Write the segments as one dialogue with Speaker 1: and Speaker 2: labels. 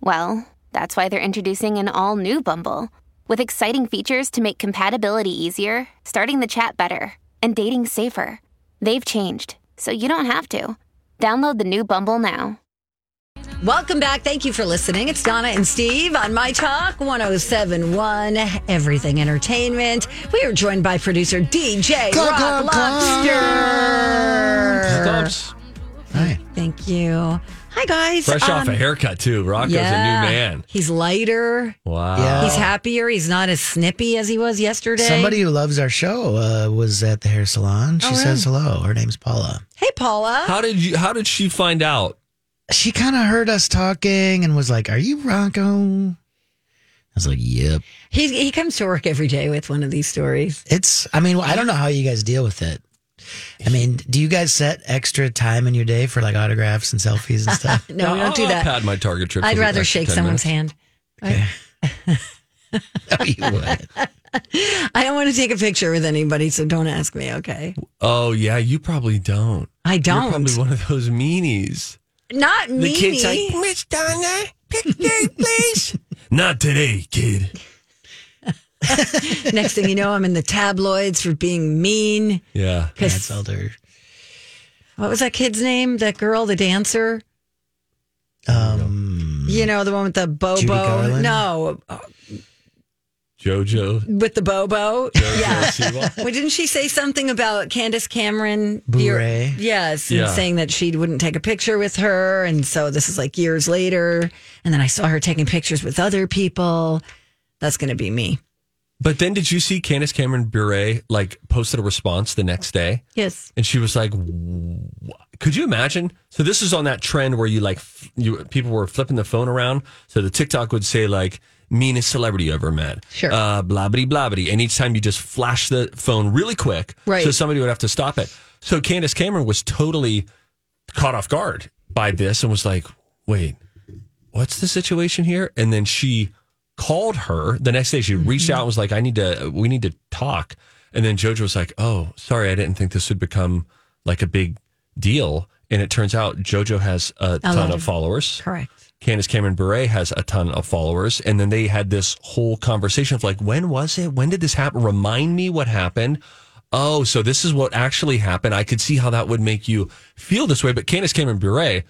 Speaker 1: well, that's why they're introducing an all new Bumble with exciting features to make compatibility easier, starting the chat better, and dating safer. They've changed, so you don't have to. Download the new Bumble now.
Speaker 2: Welcome back. Thank you for listening. It's Donna and Steve on My Talk 1071, Everything Entertainment. We are joined by producer DJ Rob Lobster.
Speaker 3: Stubbs.
Speaker 4: Hi.
Speaker 2: Thank you. Hi, guys.
Speaker 3: Fresh
Speaker 2: Um,
Speaker 3: off a haircut too. Rocco's
Speaker 2: yeah.
Speaker 3: a new man. Oh.
Speaker 2: He's lighter.
Speaker 3: Wow.
Speaker 4: Yeah.
Speaker 2: He's happier. He's not as snippy as he was yesterday.
Speaker 4: Somebody who loves our show uh, was at the hair salon. She says hello. Her name's Paula.
Speaker 2: Hey, Paula.
Speaker 3: How did you how did she find out?
Speaker 4: She kind of heard us talking and was like, Are you Rocco? I was like, Yep.
Speaker 2: He, he comes to work every day with one of these stories.
Speaker 4: It's, I mean, I don't know how you guys deal with it. I mean, do you guys set extra time in your day for like autographs and selfies and stuff?
Speaker 2: No, we don't do
Speaker 3: I'll- I'll
Speaker 2: that.
Speaker 3: pad Oh, my target trip.
Speaker 2: I'd
Speaker 3: for the
Speaker 2: rather
Speaker 3: extra
Speaker 2: shake
Speaker 3: 10
Speaker 2: someone's
Speaker 3: minutes.
Speaker 2: hand.
Speaker 4: no, you would.
Speaker 2: I don't want to take a picture with anybody, so don't ask me, okay?
Speaker 3: Oh yeah, you probably don't.
Speaker 2: I
Speaker 3: You're
Speaker 2: don't.
Speaker 3: probably one of those meanies.
Speaker 2: Not
Speaker 3: The
Speaker 2: me.
Speaker 3: kid's like, Miss Donna, picture, please. Not today, kid.
Speaker 2: Next thing you know, I'm in the tabloids for being mean.
Speaker 3: Yeah.
Speaker 2: Because
Speaker 4: Hanselder.
Speaker 2: what was that kid's name? That girl, the dancer.
Speaker 4: Um,
Speaker 2: You know, the one with the
Speaker 4: Judy
Speaker 2: bobo.
Speaker 4: Garland?
Speaker 2: No, uh,
Speaker 3: Jojo.
Speaker 2: with the bobo.
Speaker 3: Yeah.
Speaker 2: Well, didn't she say something about Candace Cameron? year-
Speaker 4: Bure.
Speaker 2: Yes, and
Speaker 3: Yeah.
Speaker 2: saying that she wouldn't take a picture with her, and so this is like years later. And then I saw her taking pictures with other people. That's going to be me.
Speaker 3: But then did you see Candace Cameron Bure like posted a response the next day?
Speaker 2: Yes.
Speaker 3: and she was like "Wha- could you imagine so this is on that trend where you like f- you people were flipping the phone around so the tiktok would say like meanest celebrity you ever met
Speaker 2: Sure.
Speaker 3: uh blah bitty blah bitty and each time you just flash the phone really quick
Speaker 2: Right.
Speaker 3: so somebody would have to stop it so candace cameron was totally caught off guard by this and was like wait what's the situation here and then she called her the next day she reached out and was like i need to we need to talk and then jojo was like oh sorry i didn't think this would become like a big deal and it turns out jojo has a, ton
Speaker 2: lot
Speaker 3: of,
Speaker 2: of-
Speaker 3: followers
Speaker 2: Correct.
Speaker 3: candace cameron bure has a ton of followers and then they had this whole conversation of like when was it when did this happen remind me what happened oh so this is what actually happened i could see how that would make you feel this way but candace cameron bure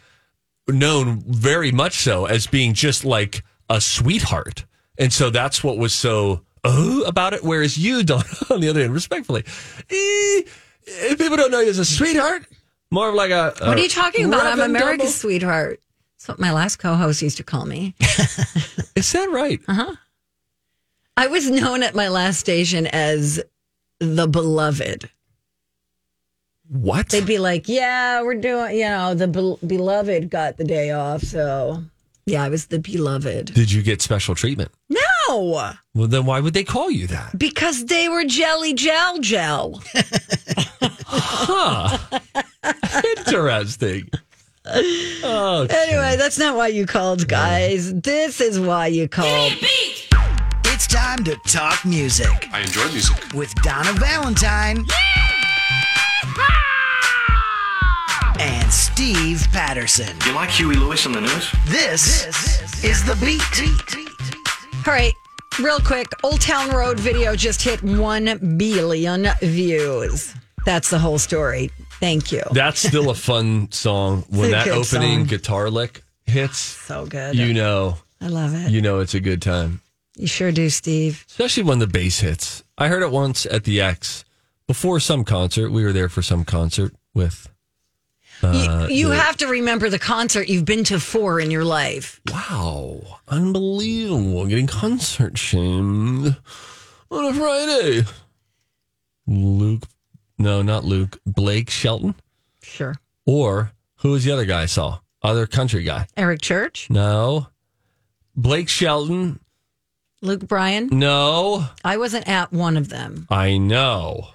Speaker 3: known very much so as being just like a sweetheart. And so that's what was so oh about it. Whereas you, Don, on the other hand, respectfully, eh, eh, people don't know you as a sweetheart. More of like a.
Speaker 2: What are you talking about? I'm America's
Speaker 3: America's.
Speaker 2: sweetheart. That's what my last co-host used to call me.
Speaker 3: Is that right?
Speaker 2: I was known at my last station as the beloved.
Speaker 3: What?
Speaker 2: They'd be like, "Yeah, we're doing, you know, the bel beloved got the day off, so yeah, I was the beloved."
Speaker 3: Did you get special treatment?
Speaker 2: No,
Speaker 3: Well, then why would they call you that?
Speaker 2: because they were jelly gel gel.
Speaker 3: Huh. Interesting. Oh,
Speaker 2: Anyway, that's not why you called, guys. This is why you called.
Speaker 4: It's time to talk music
Speaker 5: I enjoy music.
Speaker 4: with Donna Valentine and Steve Patterson.
Speaker 5: You like Huey Lewis on the news?
Speaker 4: This, is the beat.
Speaker 2: All right, real quick, Old Town Road video just hit one billion views. That's the whole story. Thank you.
Speaker 3: That's still a fun song. When
Speaker 2: It's
Speaker 3: that
Speaker 2: a good
Speaker 3: opening
Speaker 2: song.
Speaker 3: guitar lick hits,
Speaker 2: So good.
Speaker 3: you know,
Speaker 2: I love it.
Speaker 3: you know it's a good time.
Speaker 2: You sure do, Steve.
Speaker 3: especially when the bass hits. I heard it once at the X before some concert. We were there for some concert with. Uh,
Speaker 2: you you have to remember the concert you've been to four in your life.
Speaker 3: Wow, unbelievable! Getting concert shamed on a Friday. Luke, no, not Luke. Blake Shelton,
Speaker 2: Sure.
Speaker 3: or who was the other guy I saw? Other country guy?
Speaker 2: Eric Church?
Speaker 3: No, Blake Shelton.
Speaker 2: Luke
Speaker 3: Mm.
Speaker 2: Bryan.
Speaker 3: No,
Speaker 2: I wasn't at one of them.
Speaker 3: I know.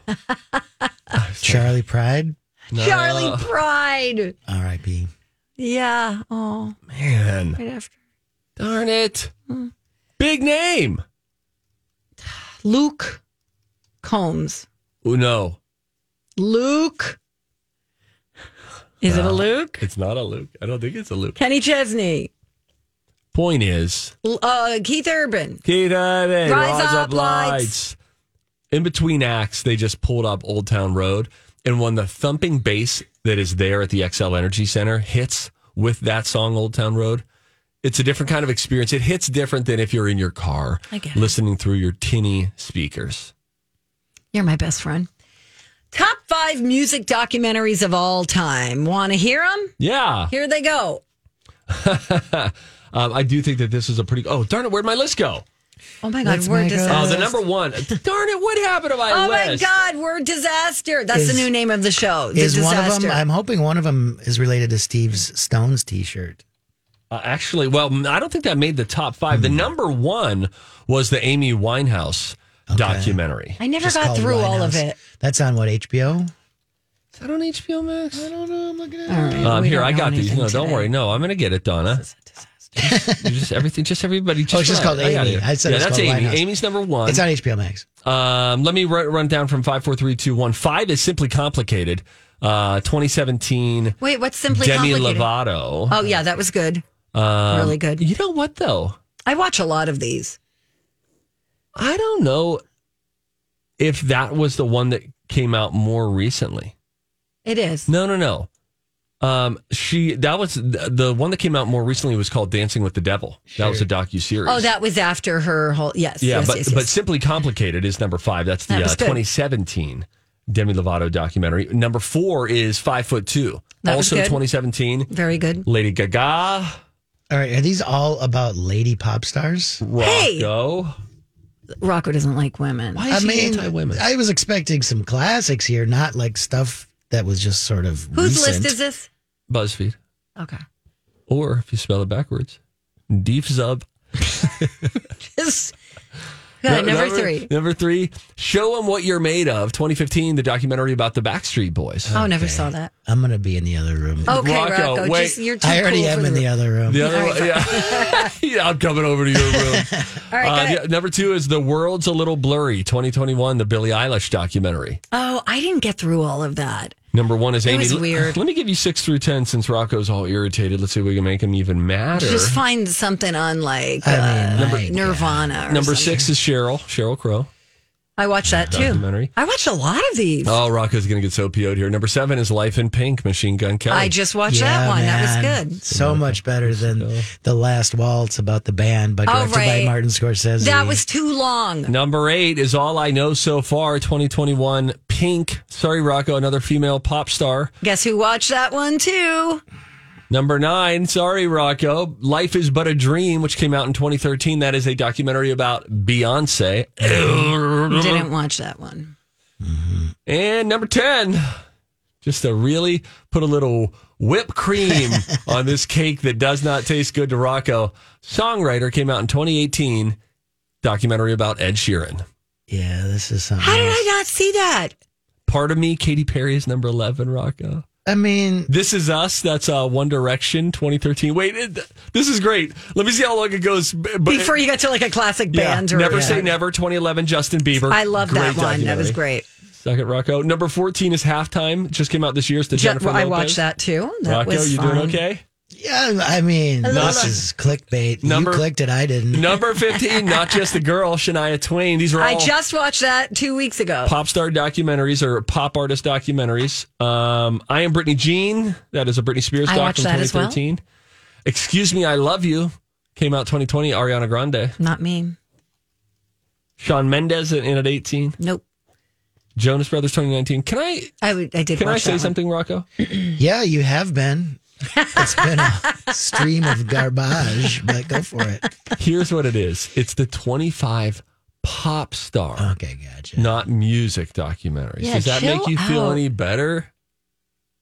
Speaker 4: Charlie Pride,
Speaker 3: No.
Speaker 2: Charlie Pride.
Speaker 4: R.I.P.
Speaker 2: Yeah. Oh,
Speaker 3: Man.
Speaker 2: right after
Speaker 3: Darn it. Big name.
Speaker 2: Luke Combs.
Speaker 3: Oh, no.
Speaker 2: Luke. Is it a Luke?
Speaker 3: It's not a Luke. I don't think it's a Luke.
Speaker 2: Kenny Chesney.
Speaker 3: Point is,
Speaker 2: L- Uh, Keith Urban.
Speaker 3: Keith Urban,
Speaker 2: Rise
Speaker 3: Rise
Speaker 2: Up
Speaker 3: Up
Speaker 2: Lights.
Speaker 3: Lights. In between acts, they just pulled up Old Town Road, and when the thumping bass that is there at the XL Energy Center hits with that song, Old Town Road, it's a different kind of experience. It hits different than if you're in your car
Speaker 2: I get it.
Speaker 3: listening through your tinny speakers.
Speaker 2: You're my best friend. Top five music documentaries of all time. Want to hear them?
Speaker 3: Yeah.
Speaker 2: Here they go.
Speaker 3: Um, I do think that this is a pretty. Oh, darn it. Where'd my list go?
Speaker 2: Oh my God,
Speaker 4: Let's
Speaker 2: we're a
Speaker 4: make a-
Speaker 3: Oh,
Speaker 2: disaster.
Speaker 3: the number one. darn it. What happened to my
Speaker 2: Oh my
Speaker 3: list?
Speaker 2: God, we're a disaster. That's
Speaker 4: Is-
Speaker 2: the new name of the show. The
Speaker 4: is one
Speaker 2: disaster.
Speaker 4: of them. I'm hoping one of them is related to Steve's Stones T-shirt.
Speaker 3: Uh, actually, well, m- I don't think that made the top five.
Speaker 4: Hmm.
Speaker 3: The number one was the Amy Winehouse documentary.
Speaker 2: I never
Speaker 4: Just
Speaker 2: got
Speaker 4: called
Speaker 2: through all of
Speaker 4: Winehouse.
Speaker 2: it.
Speaker 4: That's on what HBO.
Speaker 3: Is that on HBO Max? I don't know. I'm looking
Speaker 2: All right,
Speaker 3: Um,
Speaker 2: we
Speaker 3: here,
Speaker 2: don't
Speaker 3: I
Speaker 2: know
Speaker 3: got these.
Speaker 2: anything
Speaker 3: No, don't
Speaker 2: today.
Speaker 3: worry. No, I'm going to get it, Donna. You just everything, just everybody. Just
Speaker 4: Oh, it's just
Speaker 3: relax.
Speaker 4: called
Speaker 3: I got
Speaker 4: Amy.
Speaker 3: it.
Speaker 4: I said
Speaker 3: yeah,
Speaker 4: it's
Speaker 3: that's
Speaker 4: called
Speaker 3: Amy.
Speaker 4: Winehouse.
Speaker 3: Amy's number one.
Speaker 4: It's on HBO Max.
Speaker 3: Um, let me run, run down from five, four, three, two, one. Five is simply complicated. Uh, 2017.
Speaker 2: Wait, what's simply
Speaker 3: Demi
Speaker 2: complicated?
Speaker 3: Lovato.
Speaker 2: Oh yeah, that was good.
Speaker 3: Um,
Speaker 2: really good.
Speaker 3: You know what though?
Speaker 2: I watch a lot of these.
Speaker 3: I don't know if that was the one that came out more recently.
Speaker 2: It is.
Speaker 3: No, no, no. Um, she that was the the one that came out more recently was called Dancing with the Devil. That was a docu series.
Speaker 2: Oh, that was after her whole. Yes.
Speaker 3: yeah,
Speaker 2: yes,
Speaker 3: but
Speaker 2: yes,
Speaker 3: but
Speaker 2: yes.
Speaker 3: simply complicated is number five. That's the
Speaker 2: That
Speaker 3: uh,
Speaker 2: was good.
Speaker 3: 2017 Demi Lovato documentary. Number four is Five Foot Two,
Speaker 2: That was
Speaker 3: also
Speaker 2: good.
Speaker 3: 2017.
Speaker 2: very good.
Speaker 3: Lady Gaga,
Speaker 4: All right, are these all about lady pop stars?
Speaker 3: Rocco.
Speaker 2: Hey! Rocco doesn't like women.
Speaker 3: Why is he anti women?
Speaker 4: I was expecting some classics here, not like stuff that was just sort of.
Speaker 2: Whose
Speaker 4: recent.
Speaker 2: list is this?
Speaker 3: BuzzFeed,
Speaker 2: Okay.
Speaker 3: or if you spell it backwards, Deep Zub.
Speaker 2: This- Yeah, number, three.
Speaker 3: Number three, show them what you're made of. 2015, the documentary about the Backstreet Boys.
Speaker 2: Oh, never saw that.
Speaker 4: I'm gonna be in the other room.
Speaker 2: Okay, Rocco.
Speaker 3: Rocco, wait.
Speaker 2: Just, you're Oh, too
Speaker 4: I already
Speaker 2: cool
Speaker 4: am
Speaker 2: for
Speaker 4: in the other room.
Speaker 3: The other one, yeah. yeah, I'm coming over to your room.
Speaker 2: All right, go
Speaker 3: Uh,
Speaker 2: ahead.
Speaker 3: the- number two is The World's a Little Blurry, 2021, the Billie Eilish documentary.
Speaker 2: Oh, I didn't get through all of that.
Speaker 3: Number one is Amy.
Speaker 2: was weird.
Speaker 3: Let me give you six through 10 since Rocco's all irritated. Let's see if we can make him even madder.
Speaker 2: Just find something on like
Speaker 4: I
Speaker 2: uh,
Speaker 4: mean, my
Speaker 2: Nirvana. Or
Speaker 3: number
Speaker 2: something.
Speaker 3: six is Cheryl, Cheryl Crow.
Speaker 2: I watched that too.
Speaker 3: Documentary.
Speaker 2: I watched a lot of these.
Speaker 3: Oh, Rocco's going to get so PO'd here. Number seven is Life in Pink, Machine Gun Kelly.
Speaker 2: I just watched that
Speaker 4: Yeah,
Speaker 2: one. That
Speaker 4: man.
Speaker 2: was good.
Speaker 4: So much better than the last waltz about the band, but
Speaker 2: Oh,
Speaker 4: directed
Speaker 2: right.
Speaker 4: by Martin Scorsese.
Speaker 2: That was too long.
Speaker 3: Number eight is all I know so far, 2021. Pink. Sorry, Rocco, another female pop star.
Speaker 2: Guess who watched that one too?
Speaker 3: Number nine, sorry, Rocco, Life is But a Dream, which came out in 2013. That is a documentary about Beyonce. Mm-hmm.
Speaker 2: Didn't watch that one.
Speaker 3: And number 10, just to really put a little whipped cream on this cake that does not taste good to Rocco, Songwriter came out in 2018, documentary about Ed Sheeran.
Speaker 4: yeah, this is something.
Speaker 2: How did
Speaker 4: else.
Speaker 2: I not see that?
Speaker 3: Part of me, Katy Perry is number 11, Rocco.
Speaker 4: I mean,
Speaker 3: This is us. That's uh, One Direction, 2013. Wait, it, this is great. Let me see how long it goes. b- But
Speaker 2: Before you got to like a classic
Speaker 3: yeah,
Speaker 2: band or
Speaker 3: never
Speaker 2: whatever.
Speaker 3: say never. 2011, Justin Bieber.
Speaker 2: I love that
Speaker 3: Great
Speaker 2: one. That was
Speaker 3: documentary.
Speaker 2: great.
Speaker 3: Suck it, Rocco. Number 14 is halftime. Just came out this year. It's the
Speaker 2: Je-
Speaker 3: Jennifer.
Speaker 2: I
Speaker 3: Lopez.
Speaker 2: watched that too. That
Speaker 3: Rocco,
Speaker 2: was
Speaker 3: you
Speaker 2: fun.
Speaker 3: doing okay?
Speaker 4: yeah, I mean, this
Speaker 3: Number-
Speaker 4: is clickbait.
Speaker 3: Number-
Speaker 4: you clicked it, I didn't.
Speaker 3: Number 15, not just a girl, Shania Twain. These are all
Speaker 2: I just watched that two weeks ago.
Speaker 3: pop star documentaries or pop artist documentaries. Um, I am Britney Jean. That is a Britney Spears
Speaker 2: I
Speaker 3: doc
Speaker 2: watched
Speaker 3: from
Speaker 2: that as well.
Speaker 3: 2013. Excuse me, I love you. Came out 2020. Ariana Grande,
Speaker 2: Not me.
Speaker 3: Sean Mendez in, in at 18,
Speaker 2: Nope.
Speaker 3: Jonas Brothers 2019. Can I
Speaker 2: I would. I did.
Speaker 3: can
Speaker 2: watch
Speaker 3: I
Speaker 2: that
Speaker 3: say
Speaker 2: one.
Speaker 3: something, Rocco?
Speaker 4: Yeah, you have been. It's been a stream of garbage, but go for it.
Speaker 3: Here's what it is. It's the 25 pop star,
Speaker 4: Okay, gotcha.
Speaker 3: not music documentaries.
Speaker 2: Yeah,
Speaker 3: Does that
Speaker 2: chill
Speaker 3: make you feel
Speaker 2: out.
Speaker 3: any better?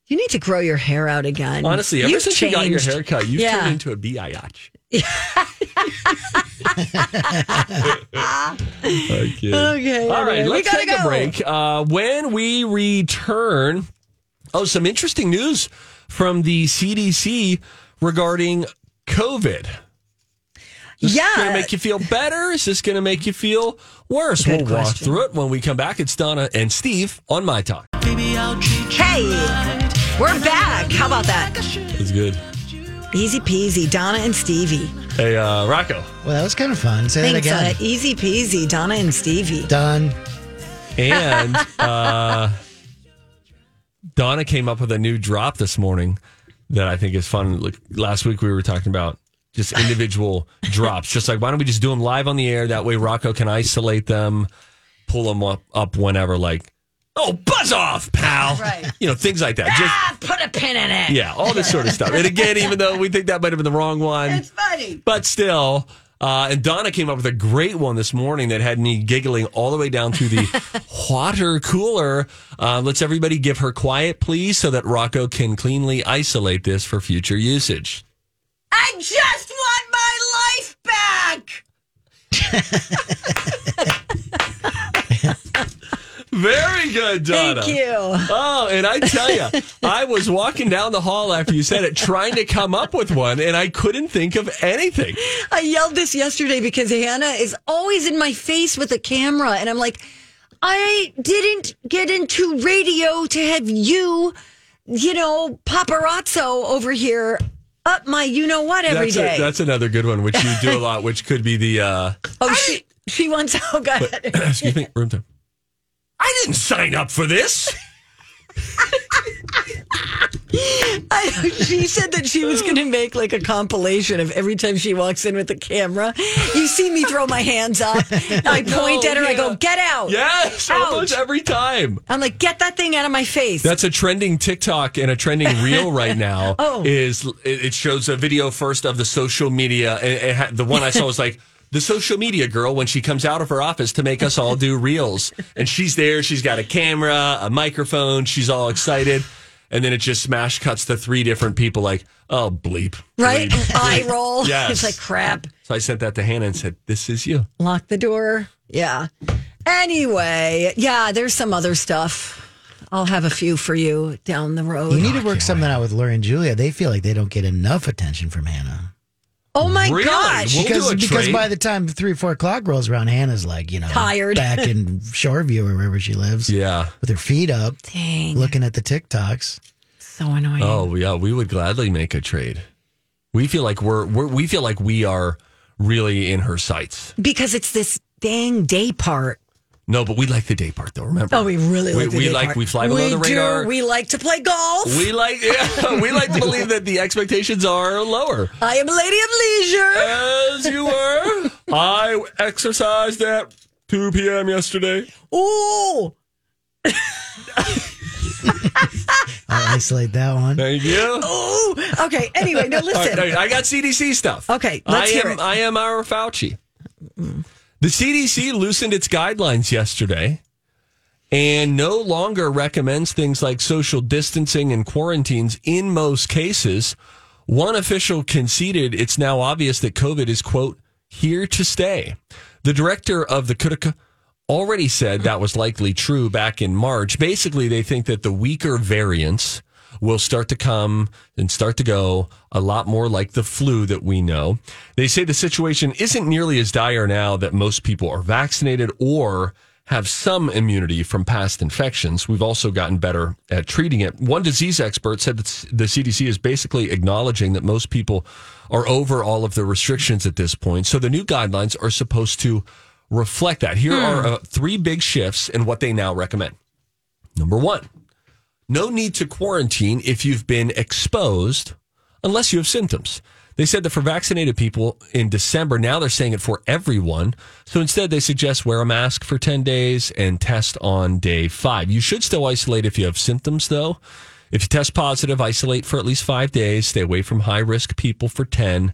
Speaker 2: You need to grow your hair out again.
Speaker 3: Honestly, ever
Speaker 2: You've
Speaker 3: since you got your
Speaker 2: changed.
Speaker 3: haircut, you've
Speaker 2: Yeah.
Speaker 3: turned into a biatch. Okay. All right,
Speaker 2: we
Speaker 3: let's
Speaker 2: gotta
Speaker 3: take a
Speaker 2: go.
Speaker 3: break. Uh, when we return, oh, some interesting news from the CDC regarding COVID. Is this going
Speaker 2: Yeah.
Speaker 3: to make you feel better? Is this going to make you feel worse?
Speaker 2: Good
Speaker 3: we'll walk
Speaker 2: question.
Speaker 3: through it when we come back. It's Donna and Steve on My Talk.
Speaker 2: Hey, we're back. How about that?
Speaker 3: It's good.
Speaker 2: Easy peasy, Donna and Stevie.
Speaker 3: Hey, uh, Rocco.
Speaker 4: Well, that was kind of fun. Say
Speaker 2: Thanks,
Speaker 4: that
Speaker 2: uh,
Speaker 4: again.
Speaker 2: easy peasy, Donna and Stevie.
Speaker 4: Done.
Speaker 3: And uh, Donna came up with a new drop this morning that I think is fun. Like last week, we were talking about just individual drops. Just like, why don't we just do them live on the air? That way, Rocco can isolate them, pull them up, up whenever, like, oh, buzz off, pal.
Speaker 2: Right.
Speaker 3: You know, things like that. Just,
Speaker 2: Ah, put a pin in it.
Speaker 3: yeah, all this sort of stuff. And again, even though we think that might have been the wrong one,
Speaker 2: It's funny.
Speaker 3: but still. Uh, and Donna came up with a great one this morning that had me giggling all the way down to the water cooler. Uh, let's everybody give her quiet, please, so that Rocco can cleanly isolate this for future usage.
Speaker 2: I just want my life back.
Speaker 3: Very good, Donna.
Speaker 2: Thank you.
Speaker 3: Oh, and I tell you, I was walking down the hall after you said it, trying to come up with one, and I couldn't think of anything.
Speaker 2: I yelled this yesterday because Hannah is always in my face with a camera. And I'm like, I didn't get into radio to have you, you know, paparazzo over here up my you know what every
Speaker 3: That's,
Speaker 2: day.
Speaker 3: a, that's another good one, which you do a lot, which could be the uh,
Speaker 2: oh, she, she wants, oh, God.
Speaker 3: excuse me, room temp. I didn't sign up for this.
Speaker 2: I, she said that she was going to make like a compilation of every time she walks in with the camera. You see me throw my hands up. I point
Speaker 3: No,
Speaker 2: at her. I go,
Speaker 3: yeah.
Speaker 2: get out.
Speaker 3: Yes, almost
Speaker 2: Ouch.
Speaker 3: every time.
Speaker 2: I'm like, get that thing out of my face.
Speaker 3: That's a trending TikTok and a trending reel right now.
Speaker 2: Oh.
Speaker 3: is it- it shows a video first of the social media? And it had- the one I saw was like the social media girl when she comes out of her office to make us all do reels, and she's there. She's got a camera, a microphone. She's all excited, and then it just smash cuts to three different people. Like, oh bleep,
Speaker 2: right?
Speaker 3: bleep,
Speaker 2: Eye
Speaker 3: bleep.
Speaker 2: roll.
Speaker 3: Yes.
Speaker 2: It's like, crap.
Speaker 3: So I sent that to Hannah and said, "This is you."
Speaker 2: Lock the door. Yeah. Anyway, yeah, there's some other stuff. I'll have a few for you down the road.
Speaker 4: You need to work something out with Lori and Julia. They feel like they don't get enough attention from Hannah.
Speaker 2: oh my
Speaker 3: Really?
Speaker 2: gosh.
Speaker 3: We'll
Speaker 4: Because,
Speaker 3: do a
Speaker 4: because
Speaker 3: trade.
Speaker 4: by the time three or four o'clock rolls around, Hannah's like, you know,
Speaker 2: Tired.
Speaker 4: back in Shoreview or wherever she lives
Speaker 3: Yeah.
Speaker 4: with her feet up,
Speaker 2: Dang.
Speaker 4: looking at the TikToks.
Speaker 2: So annoying.
Speaker 3: Oh yeah, we would gladly make a trade. We feel like we're, we're we feel like we are really in her sights.
Speaker 2: Because it's this dang day part.
Speaker 3: No, but we like the day part though. Remember?
Speaker 2: Oh, we really
Speaker 3: we,
Speaker 2: like the
Speaker 3: we
Speaker 2: day
Speaker 3: like
Speaker 2: part.
Speaker 3: we fly below
Speaker 2: We
Speaker 3: the
Speaker 2: do.
Speaker 3: radar.
Speaker 2: We like to play golf.
Speaker 3: We like yeah, we like to believe that the expectations are lower.
Speaker 2: I am a lady of leisure.
Speaker 3: As you were, I exercised at 2 p.m. yesterday.
Speaker 2: Ooh.
Speaker 4: I'll isolate that one.
Speaker 3: Thank you.
Speaker 2: Ooh. Okay. Anyway, now
Speaker 3: All right,
Speaker 2: listen.
Speaker 3: all right, I got CDC stuff.
Speaker 2: Okay, let's
Speaker 3: I
Speaker 2: hear
Speaker 3: am
Speaker 2: it.
Speaker 3: I am our Fauci. The CDC loosened its guidelines yesterday and no longer recommends things like social distancing and quarantines in most cases. One official conceded it's now obvious that COVID is quote here to stay. The director of the Kutika already said that was likely true back in March. Basically, they think that the weaker variants will start to come and start to go a lot more like the flu that we know. They say the situation isn't nearly as dire now that most people are vaccinated or have some immunity from past infections. We've also gotten better at treating it. One disease expert said that the CDC is basically acknowledging that most people are over all of the restrictions at this point. So the new guidelines are supposed to reflect that. Here are
Speaker 2: Hmm.
Speaker 3: uh, three big shifts in what they now recommend. Number one, no need to quarantine if you've been exposed unless you have symptoms. They said that for vaccinated people in December, now they're saying it for everyone. So instead, they suggest wear a mask for 10 days and test on day five. You should still isolate if you have symptoms, though. If you test positive, isolate for at least five days, stay away from high risk people for 10,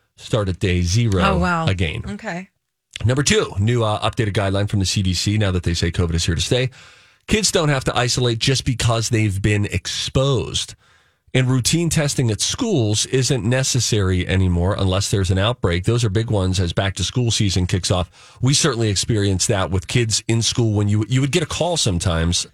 Speaker 3: start at day zero
Speaker 2: Oh, wow.
Speaker 3: again.
Speaker 2: Okay.
Speaker 3: Number two, new uh, updated guideline from the CDC now that they say COVID is here to stay. Kids don't have to isolate just because they've been exposed. And routine testing at schools isn't necessary anymore unless there's an outbreak. Those are big ones as back to school season kicks off. We certainly experienced that with kids in school when you you would get a call sometimes.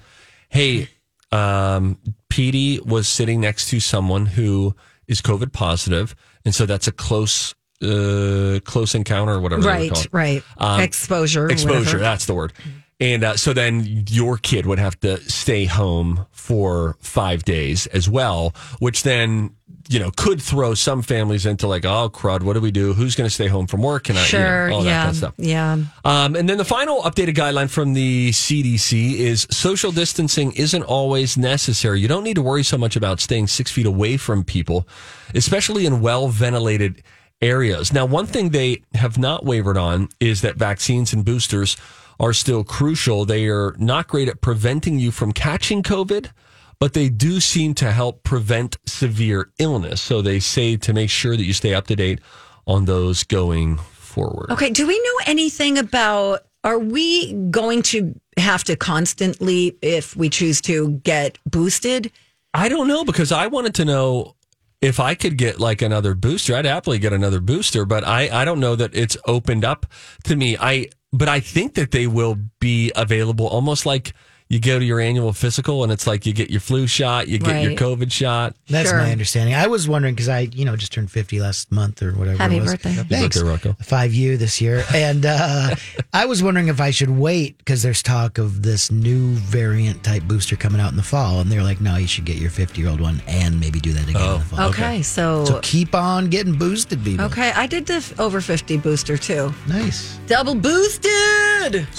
Speaker 3: Hey, um, Petey was sitting next to someone who is COVID positive, and so that's a close uh, close encounter or whatever. they would call
Speaker 2: Right,
Speaker 3: it.
Speaker 2: right.
Speaker 3: Um,
Speaker 2: exposure.
Speaker 3: Exposure,
Speaker 2: whatever. Mm-hmm.
Speaker 3: that's the word. And uh, so then your kid would have to stay home for five days as well, which then, you know, could throw some families into like, oh, crud, what do we do? Who's going to stay home from work? Can I, you know,
Speaker 2: Sure.
Speaker 3: uh, all that
Speaker 2: yeah.
Speaker 3: kind of stuff.
Speaker 2: Yeah.
Speaker 3: Um, and then the final updated guideline from the CDC is social distancing isn't always necessary. You don't need to worry so much about staying six feet away from people, especially in well ventilated areas. Now, one thing they have not wavered on is that vaccines and boosters are still crucial. They are not great at preventing you from catching COVID. But they do seem to help prevent severe illness. So they say to make sure that you stay up to date on those going forward.
Speaker 2: Okay. Do we know anything about? Are we going to have to constantly, if we choose to, get boosted?
Speaker 3: I don't know because I wanted to know if I could get like another booster. I'd happily get another booster, but I, I don't know that it's opened up to me. I but I think that they will be available almost like you go to your annual physical and it's like you get your flu shot, you get your
Speaker 2: Right.
Speaker 3: COVID shot.
Speaker 4: That's
Speaker 2: Sure.
Speaker 4: my understanding. I was wondering because I, you know, just turned 50 last month or whatever.
Speaker 1: Happy
Speaker 4: it was.
Speaker 1: birthday. Happy
Speaker 4: Thanks.
Speaker 3: birthday, Rocco.
Speaker 4: Five U this year. And uh, I was wondering if I should wait because there's talk of this new variant type booster coming out in the fall. And they're like, no, you should get your 50 year old one and maybe do that again
Speaker 1: Oh.
Speaker 4: in the fall.
Speaker 2: Okay. So.
Speaker 4: So keep on getting boosted, people.
Speaker 2: Okay, I did the f- over 50 booster too.
Speaker 4: Nice.
Speaker 2: Double boosted!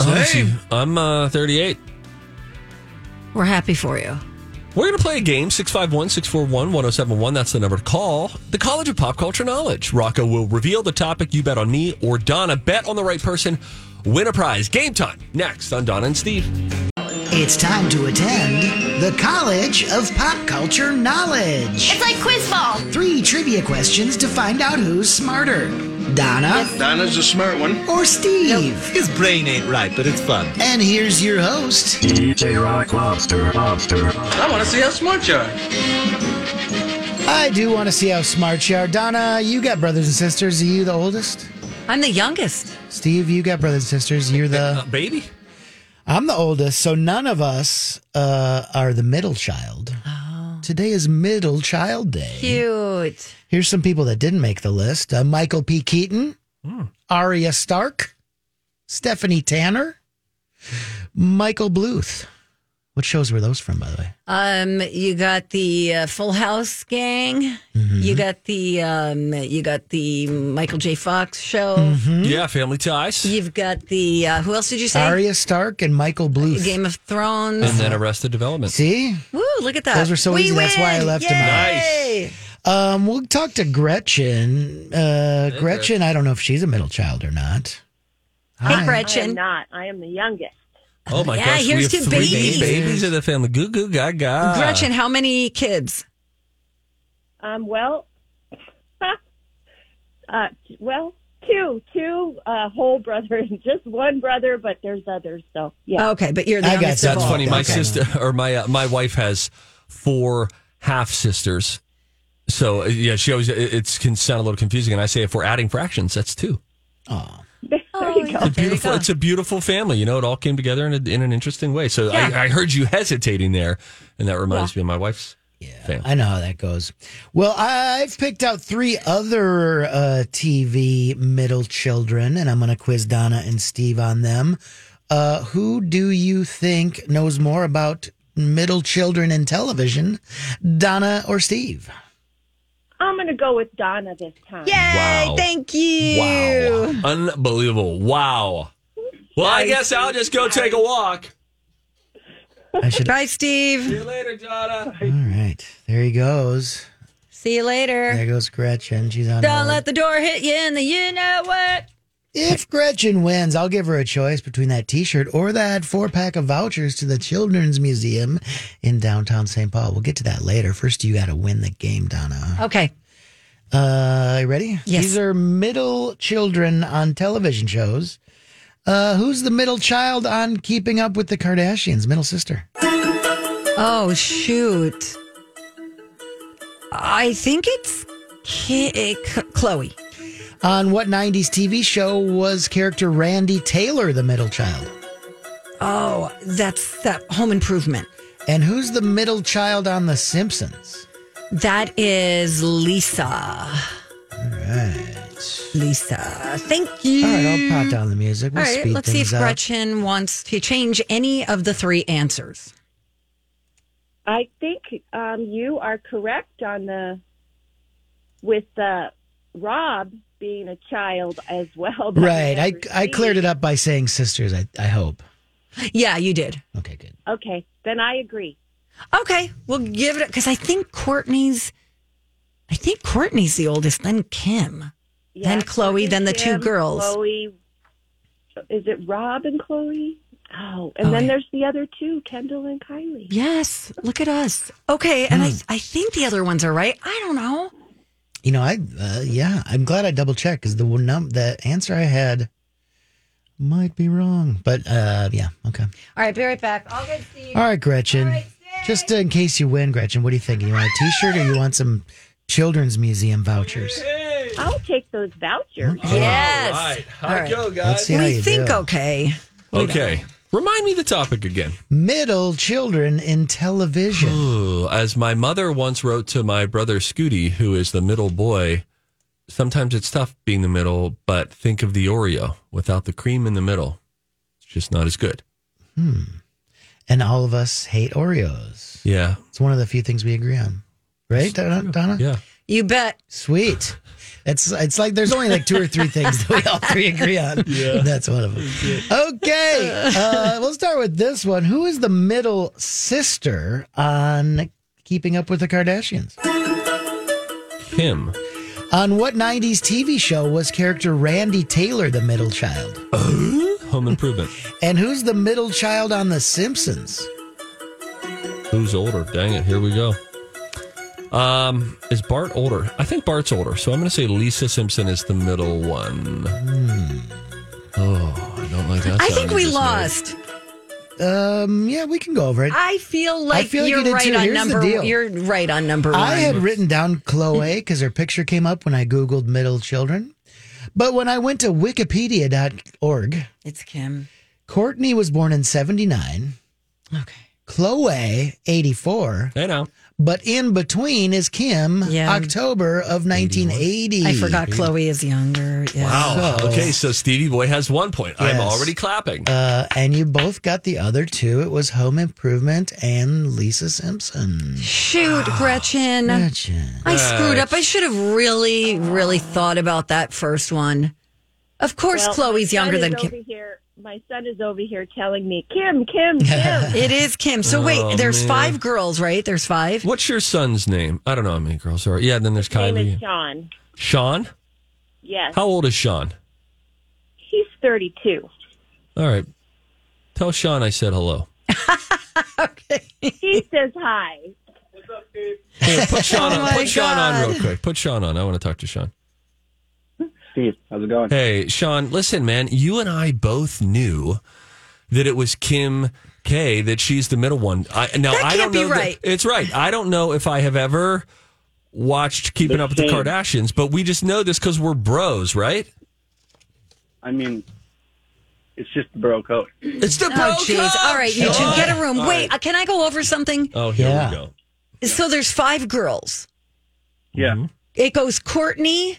Speaker 3: Oh, Hey, I'm uh, 38.
Speaker 2: We're happy for you.
Speaker 3: We're going to play a game 651 641 1071. That's the number to call. The College of Pop Culture Knowledge. Rocco will reveal the topic. You bet on me or Donna. Bet on the right person. Win a prize. Game time next on Donna and Steve.
Speaker 4: It's time to attend the College of Pop Culture Knowledge.
Speaker 6: It's like quiz ball.
Speaker 4: Three trivia questions to find out who's smarter Donna
Speaker 7: Donna's a smart one.
Speaker 4: or Steve.
Speaker 8: His brain ain't right, but it's fun.
Speaker 4: And here's your host.
Speaker 9: DJ Rock Lobster, Lobster.
Speaker 7: I want to see how smart you are.
Speaker 4: I do want to see how smart you are. Donna, you got brothers and sisters. Are you the oldest?
Speaker 2: I'm the youngest.
Speaker 4: Steve, you got brothers and sisters. You're
Speaker 3: Uh,
Speaker 4: the.
Speaker 3: baby?
Speaker 4: I'm the oldest, so none of us uh, are the middle child. Today is Middle Child Day.
Speaker 2: Cute.
Speaker 4: Here's some people that didn't make the list uh, Michael P. Keaton,
Speaker 8: Hmm.
Speaker 4: Aria Stark, Stephanie Tanner, Michael Bluth. What shows were those from, by the way?
Speaker 2: Um, you got the uh, Full House gang.
Speaker 4: Mm-hmm.
Speaker 2: You got the um, you got the Michael J. Fox show.
Speaker 4: Mm-hmm.
Speaker 3: Yeah, Family Ties.
Speaker 2: You've got the uh, who else did you say?
Speaker 4: Aria Stark and Michael Bluth.
Speaker 2: Game of Thrones.
Speaker 3: And then Arrested Development.
Speaker 4: See?
Speaker 2: Woo! Look at that.
Speaker 4: Those were so
Speaker 2: We
Speaker 4: easy, that's why I
Speaker 2: win!
Speaker 4: left 'em out.
Speaker 2: Yay!
Speaker 4: Um, we'll talk to Gretchen. Uh, Gretchen, I don't know if she's a middle child or not.
Speaker 2: Hey, Gretchen.
Speaker 6: not. I am the youngest.
Speaker 3: Oh my
Speaker 2: Yeah,
Speaker 3: gosh.
Speaker 2: here's
Speaker 3: we have
Speaker 2: to
Speaker 3: three
Speaker 2: babies.
Speaker 3: babies in the family. Goo goo gaga.
Speaker 2: Gretchen, how many kids?
Speaker 6: Um, well, uh, well, two, two uh, whole brothers, just one brother, but there's others. So yeah,
Speaker 2: Okay, but you're the
Speaker 4: I got
Speaker 2: youngest.
Speaker 4: you.
Speaker 2: of
Speaker 3: That's
Speaker 4: Oh,
Speaker 2: all.
Speaker 3: funny. My
Speaker 4: okay.
Speaker 3: sister or my uh, my wife has four half sisters. So uh, yeah, she always it, it's can sound a little confusing, and I say if we're adding fractions, that's two.
Speaker 4: Oh,
Speaker 6: There you go.
Speaker 3: It's a beautiful. It's a beautiful family. You know, it all came together in, a, in an interesting way. So I, I heard you hesitating there, and that reminds me of my wife's.
Speaker 4: yeah, I know how that goes. Well, I've picked out three other uh, TV middle children, and I'm going to quiz Donna and Steve on them. Uh, who do you think knows more about middle children in television, Donna or Steve?
Speaker 6: I'm going to go with Donna this time.
Speaker 3: Wow.
Speaker 2: Thank you.
Speaker 3: Wow. Unbelievable. Wow. Well, I guess I'll just go take a walk.
Speaker 4: I should. All
Speaker 2: Bye, Steve.
Speaker 3: you later, Jada.
Speaker 4: right, there he goes.
Speaker 2: See you later.
Speaker 4: There goes Gretchen. She's on.
Speaker 2: Don't
Speaker 4: hold.
Speaker 2: let the door hit you in the you know what.
Speaker 4: If Gretchen wins, I'll give her a choice between that t shirt or that four pack of vouchers to the Children's Museum in downtown St. Paul. We'll get to that later. First, you got to win the game, Donna.
Speaker 2: Okay.
Speaker 4: Uh, you ready?
Speaker 2: Yes.
Speaker 4: These are middle children on television shows. Uh, who's the middle child on Keeping Up with the Kardashians? Middle sister.
Speaker 2: Oh shoot. I think it's Ki- uh, Chloe.
Speaker 4: On what 90s TV show was character Randy Taylor the middle child?
Speaker 2: Oh, that's that home improvement.
Speaker 4: And who's the middle child on The Simpsons?
Speaker 2: That is Lisa.
Speaker 4: All right.
Speaker 2: Lisa. Thank you.
Speaker 4: All right, I'll pop down the music. We'll
Speaker 2: All right,
Speaker 4: speed
Speaker 2: let's see
Speaker 4: things
Speaker 2: if
Speaker 4: up.
Speaker 2: Gretchen wants to change any of the three answers.
Speaker 6: I think um, you are correct on the with uh, Rob being a child as well. but
Speaker 4: Right. I,
Speaker 6: never
Speaker 4: I cleared
Speaker 6: seen.
Speaker 4: it up by saying sisters, I, I hope.
Speaker 2: Yeah, you did.
Speaker 4: Okay, good.
Speaker 6: Okay, then I agree.
Speaker 2: Okay, we'll give it because I think Courtney's, I think Courtney's the oldest, then Kim. Then Chloe, then the two
Speaker 6: Kim,
Speaker 2: girls.
Speaker 6: Chloe, is it Rob and Chloe? Oh, and
Speaker 2: Oh,
Speaker 6: then
Speaker 2: yeah.
Speaker 6: there's the other two, Kendall and Kylie.
Speaker 2: Yes, look at us. Okay, and
Speaker 4: Hmm.
Speaker 2: I, I think the other ones are right. I don't know.
Speaker 4: You know, I, uh, yeah, I'm glad I double checked because the, one num- the answer I had might be wrong. But uh, yeah, okay.
Speaker 2: All right, be right back. I'll get Steve.
Speaker 4: All right, Gretchen. just in case you win, Gretchen, what are you thinking? You want a t shirt or you want some Children's Museum vouchers?
Speaker 6: I'll take those vouchers.
Speaker 2: Yes.
Speaker 3: All right. How'd
Speaker 2: All
Speaker 3: it
Speaker 2: right.
Speaker 3: go,
Speaker 4: Let's
Speaker 3: guys?
Speaker 4: see how
Speaker 2: we
Speaker 4: you
Speaker 2: think
Speaker 4: do.
Speaker 2: okay.
Speaker 3: Okay. Remind me the topic again.
Speaker 4: Middle children in television.
Speaker 2: Hmm.
Speaker 3: Ooh, as my mother once wrote to my brother Scooty, who is the middle boy, sometimes it's tough being the middle, but think of the Oreo without the cream in the middle. It's just not as good.
Speaker 4: and all of us hate Oreos.
Speaker 3: Yeah.
Speaker 4: It's one of the few things we agree on. Right, Donna? Donna?
Speaker 3: Yeah.
Speaker 2: You bet.
Speaker 4: Sweet. It's it's like there's only like two or three things that we all three agree on. Yeah. That's one of them. Okay. Uh, we'll start with this one. Who is the middle sister on Keeping Up with the Kardashians?
Speaker 3: Kim.
Speaker 4: On what 90s TV show was character Randy Taylor the middle child?
Speaker 3: Home improvement.
Speaker 4: And who's the middle child on The Simpsons?
Speaker 3: Who's older? Dang it. Here we go. Um, is Bart older? I think Bart's older. So I'm going to say Lisa Simpson is the middle one. Hmm. Oh, I don't like that.
Speaker 2: I
Speaker 3: sound
Speaker 2: think
Speaker 3: you
Speaker 2: we
Speaker 3: just
Speaker 2: lost.
Speaker 3: made.
Speaker 4: Um, yeah, we can go over it.
Speaker 2: I feel like
Speaker 4: feel like you
Speaker 2: you're
Speaker 4: did
Speaker 2: right
Speaker 4: too.
Speaker 2: on
Speaker 4: Here's the
Speaker 2: number.
Speaker 4: deal.
Speaker 2: You're right on number one.
Speaker 4: I had written down Chloe because her picture came up when I Googled middle children. But when I went to wikipedia.org,
Speaker 2: it's Kim.
Speaker 4: Courtney was born in 79,
Speaker 2: Okay.
Speaker 4: Chloe 84,
Speaker 3: Hey, now.
Speaker 4: but in between is Kim,
Speaker 2: Yeah.
Speaker 4: October of 1980.
Speaker 2: I forgot Chloe is younger. Yeah.
Speaker 3: Wow.
Speaker 4: So-
Speaker 3: okay, so Stevie Boy has one point. I'm
Speaker 4: Yes.
Speaker 3: already clapping.
Speaker 4: Uh, and you both got the other two. It was Home Improvement and Lisa Simpson.
Speaker 2: Shoot, Gretchen.
Speaker 4: Gretchen.
Speaker 2: I screwed up. I should have really, really thought about that first one. Of course,
Speaker 6: Well,
Speaker 2: Chloe's
Speaker 6: my son
Speaker 2: younger
Speaker 6: is
Speaker 2: than
Speaker 6: over
Speaker 2: Kim.
Speaker 6: Here, my son is over here telling me, Kim, Kim, Kim.
Speaker 2: It is Kim. So
Speaker 3: Oh,
Speaker 2: wait, there's
Speaker 3: man.
Speaker 2: five girls, right? There's five.
Speaker 3: What's your son's name? I don't know how many girls there are. Yeah, then there's
Speaker 6: Name is
Speaker 3: Kylie.
Speaker 6: Sean.
Speaker 3: Sean?
Speaker 6: Yes.
Speaker 3: How old is Sean?
Speaker 6: He's 32.
Speaker 3: All right. Tell Sean I said hello.
Speaker 6: He says hi.
Speaker 3: Here, put Sean on.
Speaker 2: Oh my
Speaker 3: Put Sean on real
Speaker 2: God.
Speaker 3: quick. Put Sean on. I want to talk to Sean.
Speaker 7: Steve, how's it going?
Speaker 3: Hey, Sean, listen, man, you and I both knew that it was Kim K that she's the middle one. I now
Speaker 2: That
Speaker 3: I don't
Speaker 2: can't be
Speaker 3: know that-
Speaker 2: right.
Speaker 3: it's right. I don't know if I have ever watched Keeping
Speaker 7: The
Speaker 3: Up with the
Speaker 7: same.
Speaker 3: Kardashians, but we just know this because we're bros, right?
Speaker 7: I mean, it's just the bro code.
Speaker 3: It's the
Speaker 2: Oh, jeez. All right, you two,
Speaker 3: Sure.
Speaker 2: get a room.
Speaker 3: All
Speaker 2: Wait,
Speaker 3: right.
Speaker 2: uh, can I go over something?
Speaker 3: Oh, here
Speaker 4: Yeah.
Speaker 3: we go.
Speaker 2: So there's five girls.
Speaker 7: Yeah.
Speaker 3: Mm-hmm.
Speaker 2: It goes Courtney.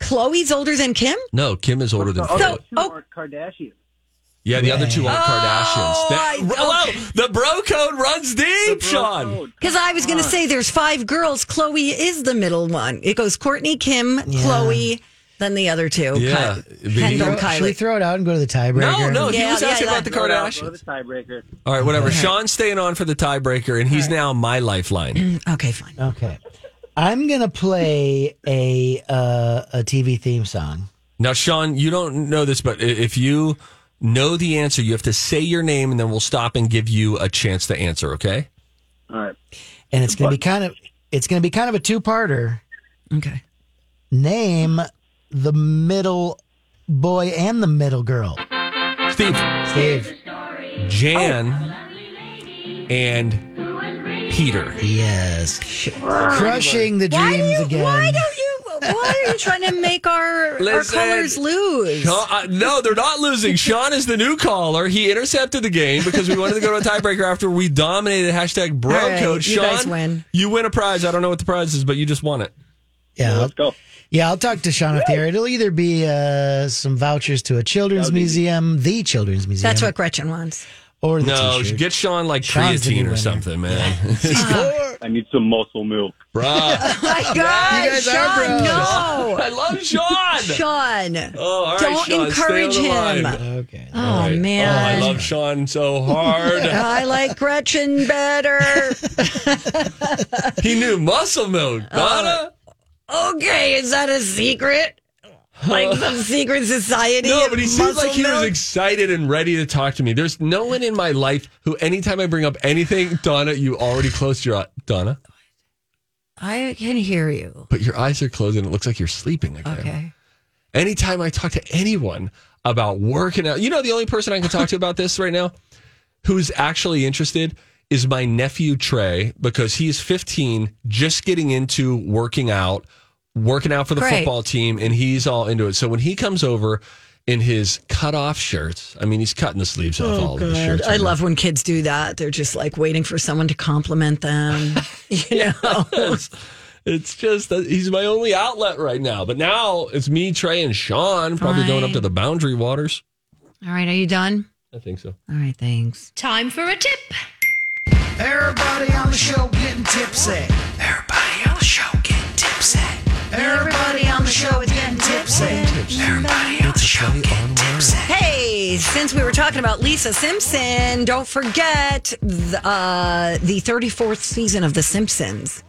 Speaker 2: Chloe's older than Kim.
Speaker 3: No, Kim is older than Phil.
Speaker 2: So, oh,
Speaker 7: Or Kardashian.
Speaker 3: yeah, the other two are Kardashians. That-
Speaker 2: I-
Speaker 3: Wow, the bro code runs
Speaker 7: The
Speaker 3: deep,
Speaker 7: bro
Speaker 3: Sean.
Speaker 7: code.
Speaker 2: Because I was going to say there's five girls. Chloe is the middle one. It goes Courtney, Kim, Chloe, then the other two.
Speaker 3: Yeah.
Speaker 2: Ky-
Speaker 3: But he-
Speaker 2: Kendall,
Speaker 4: Should we
Speaker 2: Kylie.
Speaker 4: throw it out and go to the tiebreaker?
Speaker 3: No, no, he
Speaker 2: Yeah,
Speaker 3: was asking
Speaker 2: yeah,
Speaker 3: about the
Speaker 7: Throw it out, throw the
Speaker 3: Kardashians.
Speaker 7: tiebreaker.
Speaker 3: All right, whatever. Sean's staying on for the tiebreaker, and he's now my lifeline.
Speaker 2: okay, fine.
Speaker 4: Okay. I'm going to play a uh, a TV theme song.
Speaker 3: now, Sean, you don't know this, but i- if you know the answer, you have to say your name, and then we'll stop and give you a chance to answer. Okay?
Speaker 7: All right.
Speaker 4: and it's going to be kind of it's going to be kind of a two-parter.
Speaker 2: Okay.
Speaker 4: Name the middle boy and the middle girl.
Speaker 3: Steve,
Speaker 4: Steve.
Speaker 3: Jan, and Peter.
Speaker 4: Yes. Crushing the
Speaker 2: Why do
Speaker 4: dreams
Speaker 2: you?
Speaker 4: again.
Speaker 2: Why don't you? Why are you trying to make our our
Speaker 3: Listen.
Speaker 2: colors lose?
Speaker 3: No, uh, no, they're not losing. Sean is the new caller. He intercepted the game because we wanted to go to a tiebreaker after we dominated hashtag bro
Speaker 2: All right,
Speaker 3: code.
Speaker 2: you
Speaker 3: Sean,
Speaker 2: guys win.
Speaker 3: you win a prize. I don't know what the prize is, but you just won it.
Speaker 4: yeah, I'll,
Speaker 7: Let's go.
Speaker 4: yeah, I'll talk to Sean up there. It'll either be uh, some vouchers to a children's museum, the children's museum.
Speaker 2: That's what Gretchen wants.
Speaker 4: Or the
Speaker 3: No,
Speaker 4: t-shirt.
Speaker 3: get Sean like
Speaker 4: Sean's the new
Speaker 3: creatine
Speaker 4: winner.
Speaker 3: or something, man.
Speaker 7: I need some muscle milk.
Speaker 3: Bruh.
Speaker 2: My God,
Speaker 4: guys are
Speaker 2: Sean,
Speaker 4: bros.
Speaker 2: no,
Speaker 3: I love Sean.
Speaker 2: Sean.
Speaker 3: Oh, all right,
Speaker 2: Don't
Speaker 3: Sean, stay on
Speaker 2: encourage
Speaker 3: the line.
Speaker 2: him.
Speaker 4: Okay.
Speaker 2: Oh
Speaker 3: All right.
Speaker 2: man,
Speaker 3: Oh, I love Sean so hard.
Speaker 2: I like Gretchen better.
Speaker 3: he knew muscle milk.
Speaker 2: Uh,
Speaker 3: Donna.
Speaker 2: okay, is that a secret? Like some secret society?
Speaker 3: No,
Speaker 2: of
Speaker 3: but he seems
Speaker 2: muscle
Speaker 3: like he was
Speaker 2: milk?
Speaker 3: excited and ready to talk to me. There's no one in my life who, anytime I bring up anything, Donna, you already closed your eye. Donna,
Speaker 2: I can hear you.
Speaker 3: but your eyes are closed and it looks like you're sleeping again.
Speaker 2: Okay.
Speaker 3: Anytime I talk to anyone about working out, you know, the only person I can talk to about this right now who's actually interested is my nephew Trey because he's 15, just getting into working out, working out for the
Speaker 2: Great.
Speaker 3: football team, and he's all into it. So when he comes over in his cut off shirts, I mean, he's cutting the sleeves off all of his shirts.
Speaker 2: Oh, I love when kids do that. They're just like waiting for someone to compliment them. You know?
Speaker 3: it's, it's just that he's my only outlet right now. But now it's me, Trey, and Sean probably going up to
Speaker 2: Fine.
Speaker 3: the boundary waters.
Speaker 2: All right, are you done?
Speaker 3: I think so.
Speaker 2: All right, thanks.
Speaker 10: Time for a tip.
Speaker 4: Everybody on the show getting tipsy. Everybody on the show getting tipsy. Everybody on the show is getting tipsy. Everybody on the show getting tipsy.
Speaker 2: Hey, since we were talking about Lisa Simpson, don't forget the, uh, the 34th season of The Simpsons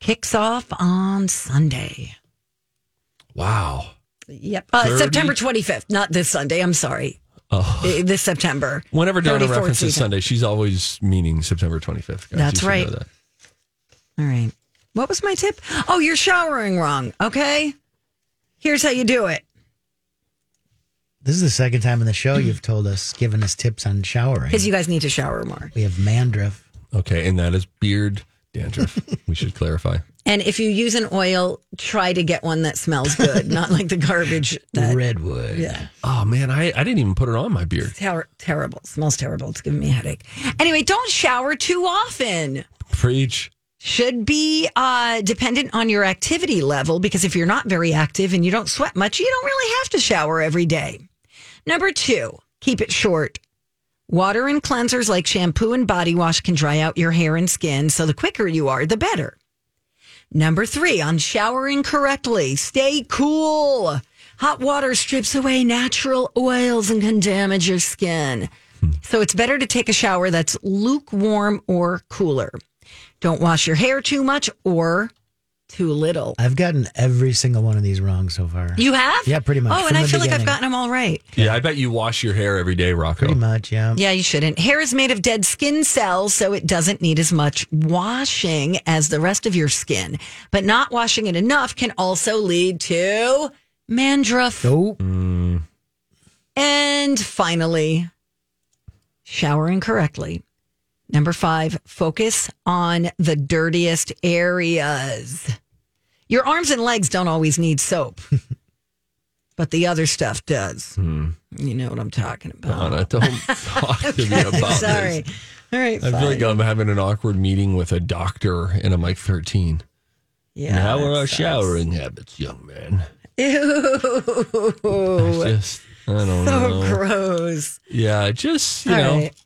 Speaker 2: kicks off on Sunday.
Speaker 3: Wow.
Speaker 2: Yep. Uh,
Speaker 3: 30?
Speaker 2: September 25th, not this Sunday. I'm sorry.
Speaker 3: Oh.
Speaker 2: Uh, This September.
Speaker 3: Whenever Donna
Speaker 2: 34th
Speaker 3: references
Speaker 2: season.
Speaker 3: Sunday, she's always meaning September 25th. guys.
Speaker 2: That's
Speaker 3: You should
Speaker 2: right.
Speaker 3: know that.
Speaker 2: All right. What was my tip? Oh, you're showering wrong. Okay. Here's how you do it.
Speaker 4: This is the second time in the show you've told us, given us tips on showering.
Speaker 2: Because you guys need to shower more.
Speaker 4: We have mandruff.
Speaker 3: Okay, and that is beard dandruff. we should clarify.
Speaker 2: And if you use an oil, try to get one that smells good, not like the garbage that
Speaker 4: Redwood.
Speaker 2: yeah,
Speaker 3: Oh man, I, I didn't even put it on my beard.
Speaker 2: ter- terrible. Smells terrible. It's giving me a headache. Anyway, don't shower too often.
Speaker 3: Preach.
Speaker 2: Should be uh, dependent on your activity level because if you're not very active and you don't sweat much, you don't really have to shower every day. Number two, keep it short. Water and cleansers like shampoo and body wash can dry out your hair and skin, so the quicker you are, the better. Number three, on showering correctly, stay cool. Hot water strips away natural oils and can damage your skin. So it's better to take a shower that's lukewarm or cooler. Don't wash your hair too much or too little.
Speaker 4: I've gotten every single one of these wrong so far.
Speaker 2: You have?
Speaker 4: Yeah, pretty much,
Speaker 2: Oh,
Speaker 4: from
Speaker 2: and I
Speaker 4: the
Speaker 2: feel like I've
Speaker 4: beginning.
Speaker 2: gotten them all right.
Speaker 3: Yeah, I bet you wash your hair every day, Rocco.
Speaker 4: Pretty much, yeah.
Speaker 2: Yeah, you shouldn't. Hair is made of dead skin cells, so it doesn't need as much washing as the rest of your skin. But not washing it enough can also lead to mandruff.
Speaker 4: Oh,
Speaker 2: And finally, showering correctly. Number five, focus on the dirtiest areas. Your arms and legs don't always need soap, but the other stuff does.
Speaker 3: Hmm.
Speaker 2: You know what I'm talking about.
Speaker 3: Donna, don't talk to me Uh, about
Speaker 2: Sorry.
Speaker 3: this.
Speaker 2: All right.
Speaker 3: I
Speaker 2: fine.
Speaker 3: feel like I'm having an awkward meeting with a doctor, and I'm like 13.
Speaker 2: yeah.
Speaker 3: now
Speaker 2: that
Speaker 3: are our
Speaker 2: sucks.
Speaker 3: showering habits, young man?
Speaker 2: Ew.
Speaker 3: Just, I
Speaker 2: so
Speaker 3: don't know.
Speaker 2: Oh, gross.
Speaker 3: Yeah, just, you
Speaker 2: All
Speaker 3: know, Uh.
Speaker 2: right.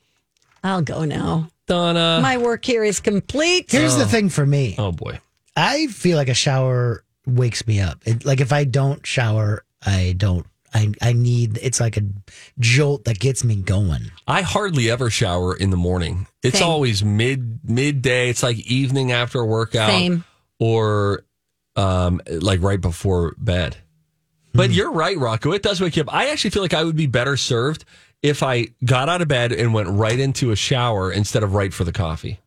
Speaker 2: I'll go now.
Speaker 3: Donna.
Speaker 2: My work here is complete.
Speaker 4: Here's the thing for me.
Speaker 3: oh, boy.
Speaker 4: I feel like a shower wakes me up. It, like if I don't shower, I don't. I I need. It's like a jolt that gets me going.
Speaker 3: I hardly ever shower in the morning. It's
Speaker 2: Same.
Speaker 3: always mid midday. It's like evening after a workout
Speaker 2: Same.
Speaker 3: or um like right before bed. But you're right, Rocco. It does wake you up. I actually feel like I would be better served if I got out of bed and went right into a shower instead of right for the coffee.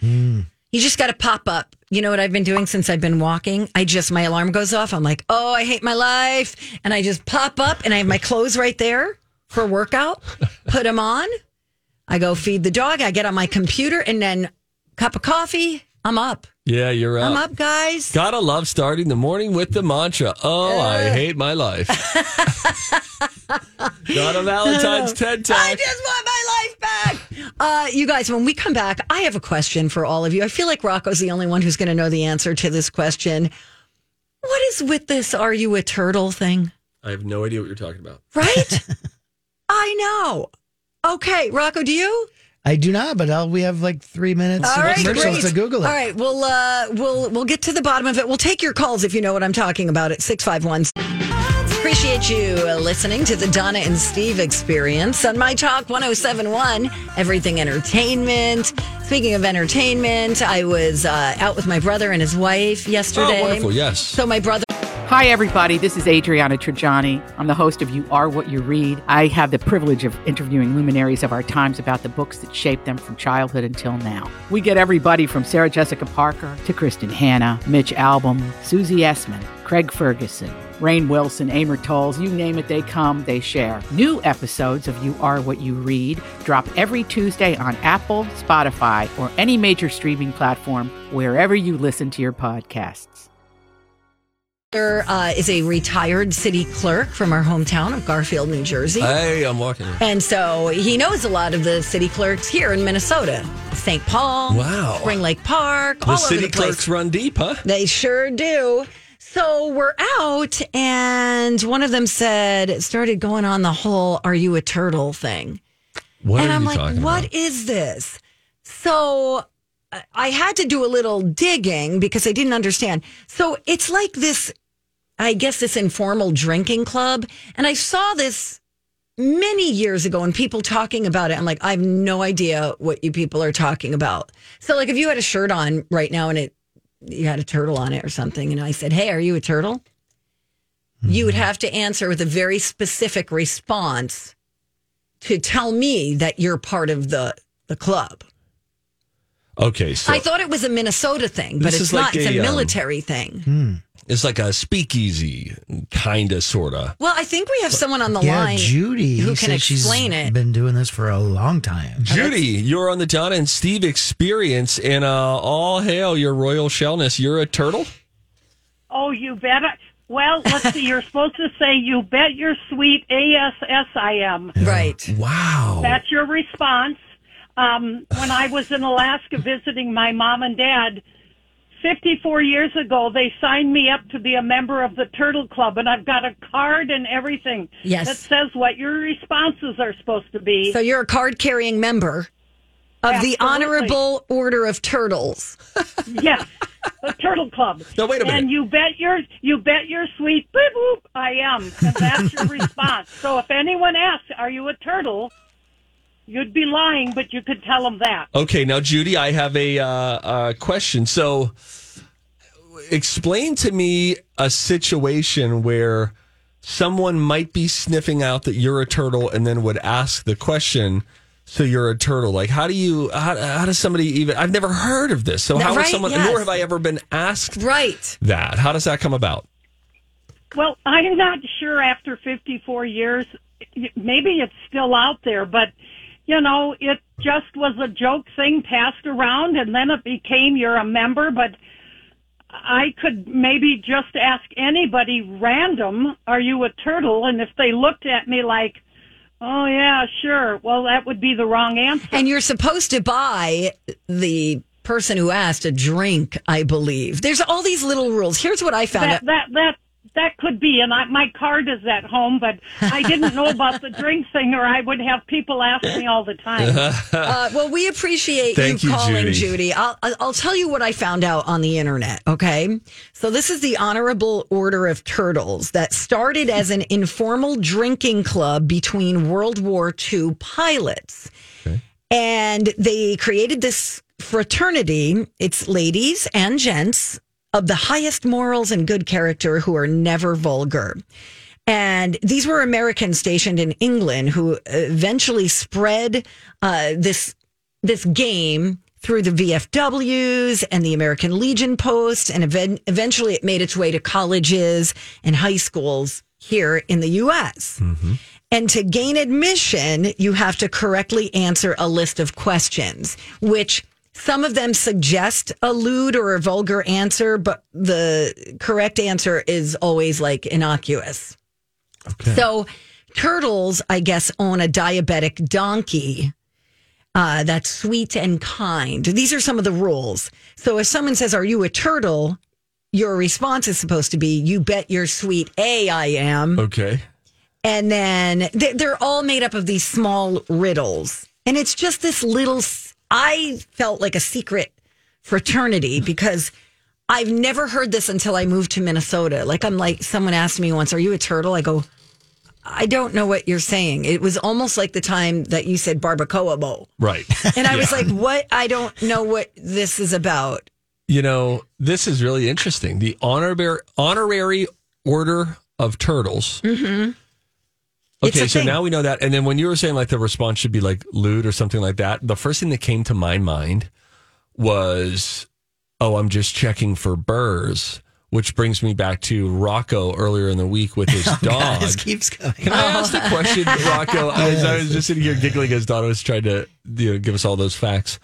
Speaker 2: You just got to pop up. You know what I've been doing since I've been walking? I just, my alarm goes off. I'm like, oh, I hate my life. And I just pop up and I have my clothes right there for workout, put them on. I go feed the dog. I get on my computer and then cup of coffee. I'm up.
Speaker 3: Yeah, you're up.
Speaker 2: I'm up, guys.
Speaker 3: Gotta love starting the morning with the mantra. Oh, I hate my life. Got a Valentine's TED Talk.
Speaker 2: I just want my life back. Uh, you guys, when we come back, I have a question for all of you. I feel like Rocco's the only one who's going to know the answer to this question. What is with this are you a turtle thing?
Speaker 3: I have no idea what you're talking about.
Speaker 2: Right? I know. Okay, Rocco, do you?
Speaker 4: I do not, but I'll, we have like three minutes
Speaker 2: All
Speaker 4: of
Speaker 2: right,
Speaker 4: commercials
Speaker 2: great.
Speaker 4: to Google it.
Speaker 2: All right, we'll uh, we'll we'll get to the bottom of it. We'll take your calls if you know what I'm talking about at 651. Appreciate you uh, listening to the Donna and Steve experience on My Talk 1071, Everything Entertainment. Speaking of entertainment, I was uh, out with my brother and his wife yesterday.
Speaker 3: Oh, wonderful. Yes.
Speaker 2: So my brother
Speaker 10: Hi, everybody. This is Adriana Trajani. I'm the host of You Are What You Read. I have the privilege of interviewing luminaries of our times about the books that shaped them from childhood until now. We get everybody from Sarah Jessica Parker to Kristen Hanna, Mitch Albom, Susie Essman, Craig Ferguson, Rain Wilson, Amor Tolls, you name it, they come, they share. New episodes of You Are What You Read drop every Tuesday on Apple, Spotify, or any major streaming platform wherever you listen to your podcasts.
Speaker 2: uh, is a retired city clerk from our hometown of Garfield, New Jersey.
Speaker 3: Hey, I'm walking.
Speaker 2: And so he knows a lot of the city clerks here in Minnesota, St. Paul,
Speaker 3: Wow.
Speaker 2: Spring Lake Park,
Speaker 3: The
Speaker 2: all
Speaker 3: city
Speaker 2: over the place.
Speaker 3: clerks run deep, huh?
Speaker 2: They sure do. So we're out, and one of them said, started going on the whole "Are you a turtle?" thing,
Speaker 3: What
Speaker 2: and
Speaker 3: are
Speaker 2: I'm
Speaker 3: you
Speaker 2: like,
Speaker 3: talking
Speaker 2: "What is
Speaker 3: about?
Speaker 2: this?" So I- I had to do a little digging because I didn't understand. So it's like this, I guess, this informal drinking club, and I saw this many years ago and people talking about it. I'm like, I have no idea what you people are talking about. So like if you had a shirt on right now and it you had a turtle on it or something, and I said, Hey, are you a turtle? You
Speaker 3: Hmm.
Speaker 2: would have to answer with a very specific response to tell me that you're part of the the club.
Speaker 3: Okay, so
Speaker 2: I thought it was a Minnesota thing, but
Speaker 3: This
Speaker 2: it's
Speaker 3: is
Speaker 2: not.
Speaker 3: like
Speaker 2: it's a
Speaker 3: a, um,
Speaker 2: military thing.
Speaker 3: it's like a speakeasy, kinda, sorta.
Speaker 2: Well, I think we have someone on the
Speaker 4: yeah,
Speaker 2: line
Speaker 4: Judy
Speaker 2: who can
Speaker 4: said
Speaker 2: explain
Speaker 4: she's
Speaker 2: it.
Speaker 4: Been doing this for a long time.
Speaker 3: Judy, you're on the Donna and Steve experience, and uh, all hail your royal shellness. You're a turtle.
Speaker 6: Oh, you bet. I, well, let's see. You're supposed to say, you bet your sweet A-S-S-I-M.
Speaker 2: right.
Speaker 3: Wow.
Speaker 6: That's your response. Um, when I was in Alaska visiting my mom and dad 54 years ago, they signed me up to be a member of the Turtle Club, and I've got a card and everything
Speaker 2: Yes.
Speaker 6: that says what your responses are supposed to be.
Speaker 2: So you're a card carrying member of
Speaker 6: Absolutely.
Speaker 2: the Honorable Order of Turtles.
Speaker 6: yes, the Turtle Club.
Speaker 3: Now, wait a minute.
Speaker 6: And you bet your you bet your sweet boop boop I am, and that's your response. So if anyone asks, "Are you a turtle?" You'd be lying, but you could tell them that.
Speaker 3: Okay, now Judy, I have a uh, uh, question. So, explain to me a situation where someone might be sniffing out that you're a turtle, and then would ask the question. So you're a turtle. Like, how do you? How, how does somebody even? I've never heard of this. So
Speaker 2: No,
Speaker 3: how would
Speaker 2: right,
Speaker 3: someone?
Speaker 2: yes.
Speaker 3: Nor have I ever been asked
Speaker 2: Right.
Speaker 3: that. How does that come about?
Speaker 6: Well, I'm not sure after 54 years. Maybe it's still out there, but you know, it just was a joke thing passed around, and then it became you're a member. But I could maybe just ask anybody random, "Are you a turtle?" And if they looked at me like, "Oh yeah, sure," well, that would be the wrong answer.
Speaker 2: And you're supposed to buy the person who asked a drink, I believe. There's all these little rules. Here's what I found out.
Speaker 6: that, that that that could be, and I, my card is at home, but I didn't know about the drink thing, or I would have people ask me all the time.
Speaker 2: Uh, well, we appreciate
Speaker 3: Thank
Speaker 2: you
Speaker 3: you,
Speaker 2: calling, Judy.
Speaker 3: Judy.
Speaker 2: I'll, I'll I'll tell you what I found out on the internet. Okay. So, this is the Honorable Order of Turtles that started as an informal drinking club between World War II pilots. And they created this fraternity. It's ladies and gents of the highest morals and good character who are never vulgar. And these were Americans stationed in England who eventually spread uh, this this game through the VFWs and the American Legion posts, and even- eventually it made its way to colleges and high schools here in the U.S. And to gain admission, you have to correctly answer a list of questions, which some of them suggest a lewd or a vulgar answer, but the correct answer is always like innocuous. So, turtles, I guess, own a diabetic donkey uh, that's sweet and kind. These are some of the rules. So if someone says, Are you a turtle? Your response is supposed to be, You bet your sweet A I am.
Speaker 3: Okay.
Speaker 2: And then they- they're all made up of these small riddles. And it's just this little, s- I felt like a secret fraternity because I've never heard this until I moved to Minnesota. Like, I'm like, someone asked me once, Are you a turtle? I go, I don't know what you're saying. It was almost like the time that you said barbacoa bowl.
Speaker 3: Right.
Speaker 2: And I was
Speaker 3: Yeah.
Speaker 2: like, what? I don't know what this is about.
Speaker 3: you know, this is really interesting. The honorary honorary order of turtles.
Speaker 2: Mm-hmm. It's
Speaker 3: Okay,
Speaker 2: a
Speaker 3: so
Speaker 2: thing.
Speaker 3: now we know that. And then when you were saying like the response should be like lewd or something like that, the first thing that came to my mind was, oh, I'm just checking for burrs, which brings me back to Rocco earlier in the week with
Speaker 2: Oh,
Speaker 3: his dog.
Speaker 4: This keeps going.
Speaker 3: Can I ask the question, Rocco? I was, I was just sitting here giggling as Donna was trying to you know, give us all those facts.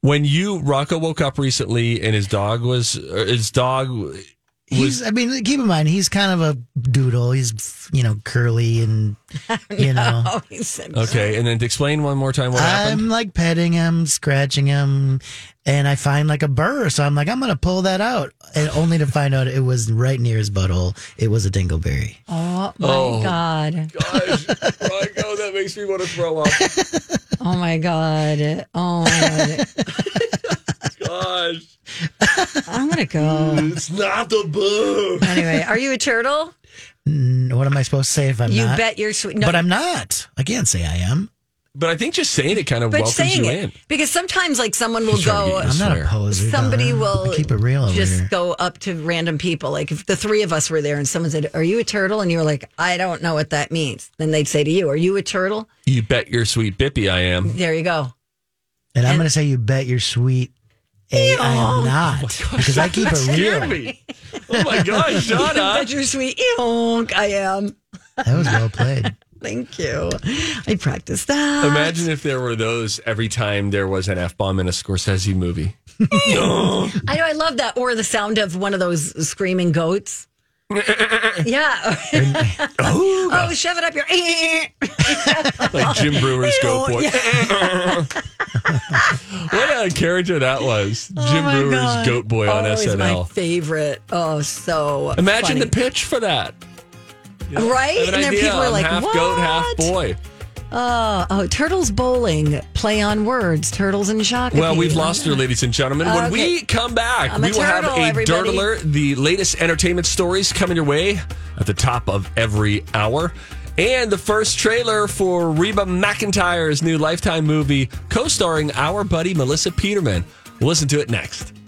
Speaker 3: When you Rocco woke up recently and his dog was or his dog was
Speaker 4: He's, I mean, keep in mind, he's kind of a doodle. He's, you know, curly and, you
Speaker 3: Uh-huh.
Speaker 4: know.
Speaker 2: Oh, he said,
Speaker 3: okay. And then to explain one more time what happened.
Speaker 4: I'm like petting him, scratching him, and I find like a burr. So I'm like, I'm going to pull that out. And only to find out it was right near his butthole. It was a dingleberry.
Speaker 2: Oh my
Speaker 3: Oh.
Speaker 2: God.
Speaker 3: Gosh, Rocco, that makes me want to throw up.
Speaker 2: Oh my God. Oh my God.
Speaker 3: Gosh,
Speaker 2: I'm going to go.
Speaker 3: it's not the boo.
Speaker 2: Anyway, are you a turtle?
Speaker 4: Mm, What am I supposed to say if I'm
Speaker 2: you
Speaker 4: not?
Speaker 2: bet you're sweet. No,
Speaker 4: But I'm not. I can't say I am.
Speaker 3: But I think just saying it kind of
Speaker 2: but
Speaker 3: welcomes
Speaker 2: saying
Speaker 3: you
Speaker 2: it.
Speaker 3: in.
Speaker 2: Because sometimes, like, someone will
Speaker 3: He's trying to
Speaker 2: go.
Speaker 3: get you
Speaker 4: I'm not a
Speaker 3: Swear.
Speaker 4: poser.
Speaker 2: Somebody
Speaker 4: Donna.
Speaker 2: will
Speaker 4: I keep it real over
Speaker 2: just
Speaker 4: here.
Speaker 2: go up to random people. Like if the three of us were there and someone said, "Are you a turtle?" and you were like, "I don't know what that means," then they'd say to you, "Are you a turtle?"
Speaker 3: You bet your sweet bippy I am.
Speaker 2: There you go.
Speaker 4: and I'm going to say you bet your sweet. A, I am not because I keep it
Speaker 3: Scared
Speaker 4: real.
Speaker 3: me. Oh my gosh, Donna.
Speaker 2: But you're sweet. Eonk, I am.
Speaker 4: That was well played.
Speaker 2: Thank you. I practiced that.
Speaker 3: Imagine if there were those every time there was an F bomb in a Scorsese movie.
Speaker 2: I know. I love that. Or the sound of one of those screaming goats. yeah.
Speaker 4: uh,
Speaker 2: oh, shove it up your.
Speaker 3: like Jim Brewer's Go For It. what a character that was. Jim
Speaker 2: Oh my
Speaker 3: Brewer's
Speaker 2: God.
Speaker 3: Goat Boy on
Speaker 2: Always My
Speaker 3: SNL.
Speaker 2: favorite. Oh, so
Speaker 3: Imagine
Speaker 2: funny.
Speaker 3: the pitch for that.
Speaker 2: Right?
Speaker 3: I have an
Speaker 2: and then
Speaker 3: idea.
Speaker 2: people are
Speaker 3: I'm
Speaker 2: like,
Speaker 3: half
Speaker 2: what?
Speaker 3: goat, half boy.
Speaker 2: Oh, oh, turtles bowling, play on words, turtles and shock.
Speaker 3: Well, we've lost her, ladies and gentlemen. When
Speaker 2: Okay.
Speaker 3: we come back,
Speaker 2: I'm a
Speaker 3: we will have
Speaker 2: turtle,
Speaker 3: a
Speaker 2: everybody.
Speaker 3: dirt alert. The latest entertainment stories coming your way at the top of every hour. And the first trailer for Reba McIntyre's new Lifetime movie, co starring our buddy Melissa Peterman. We'll listen to it next.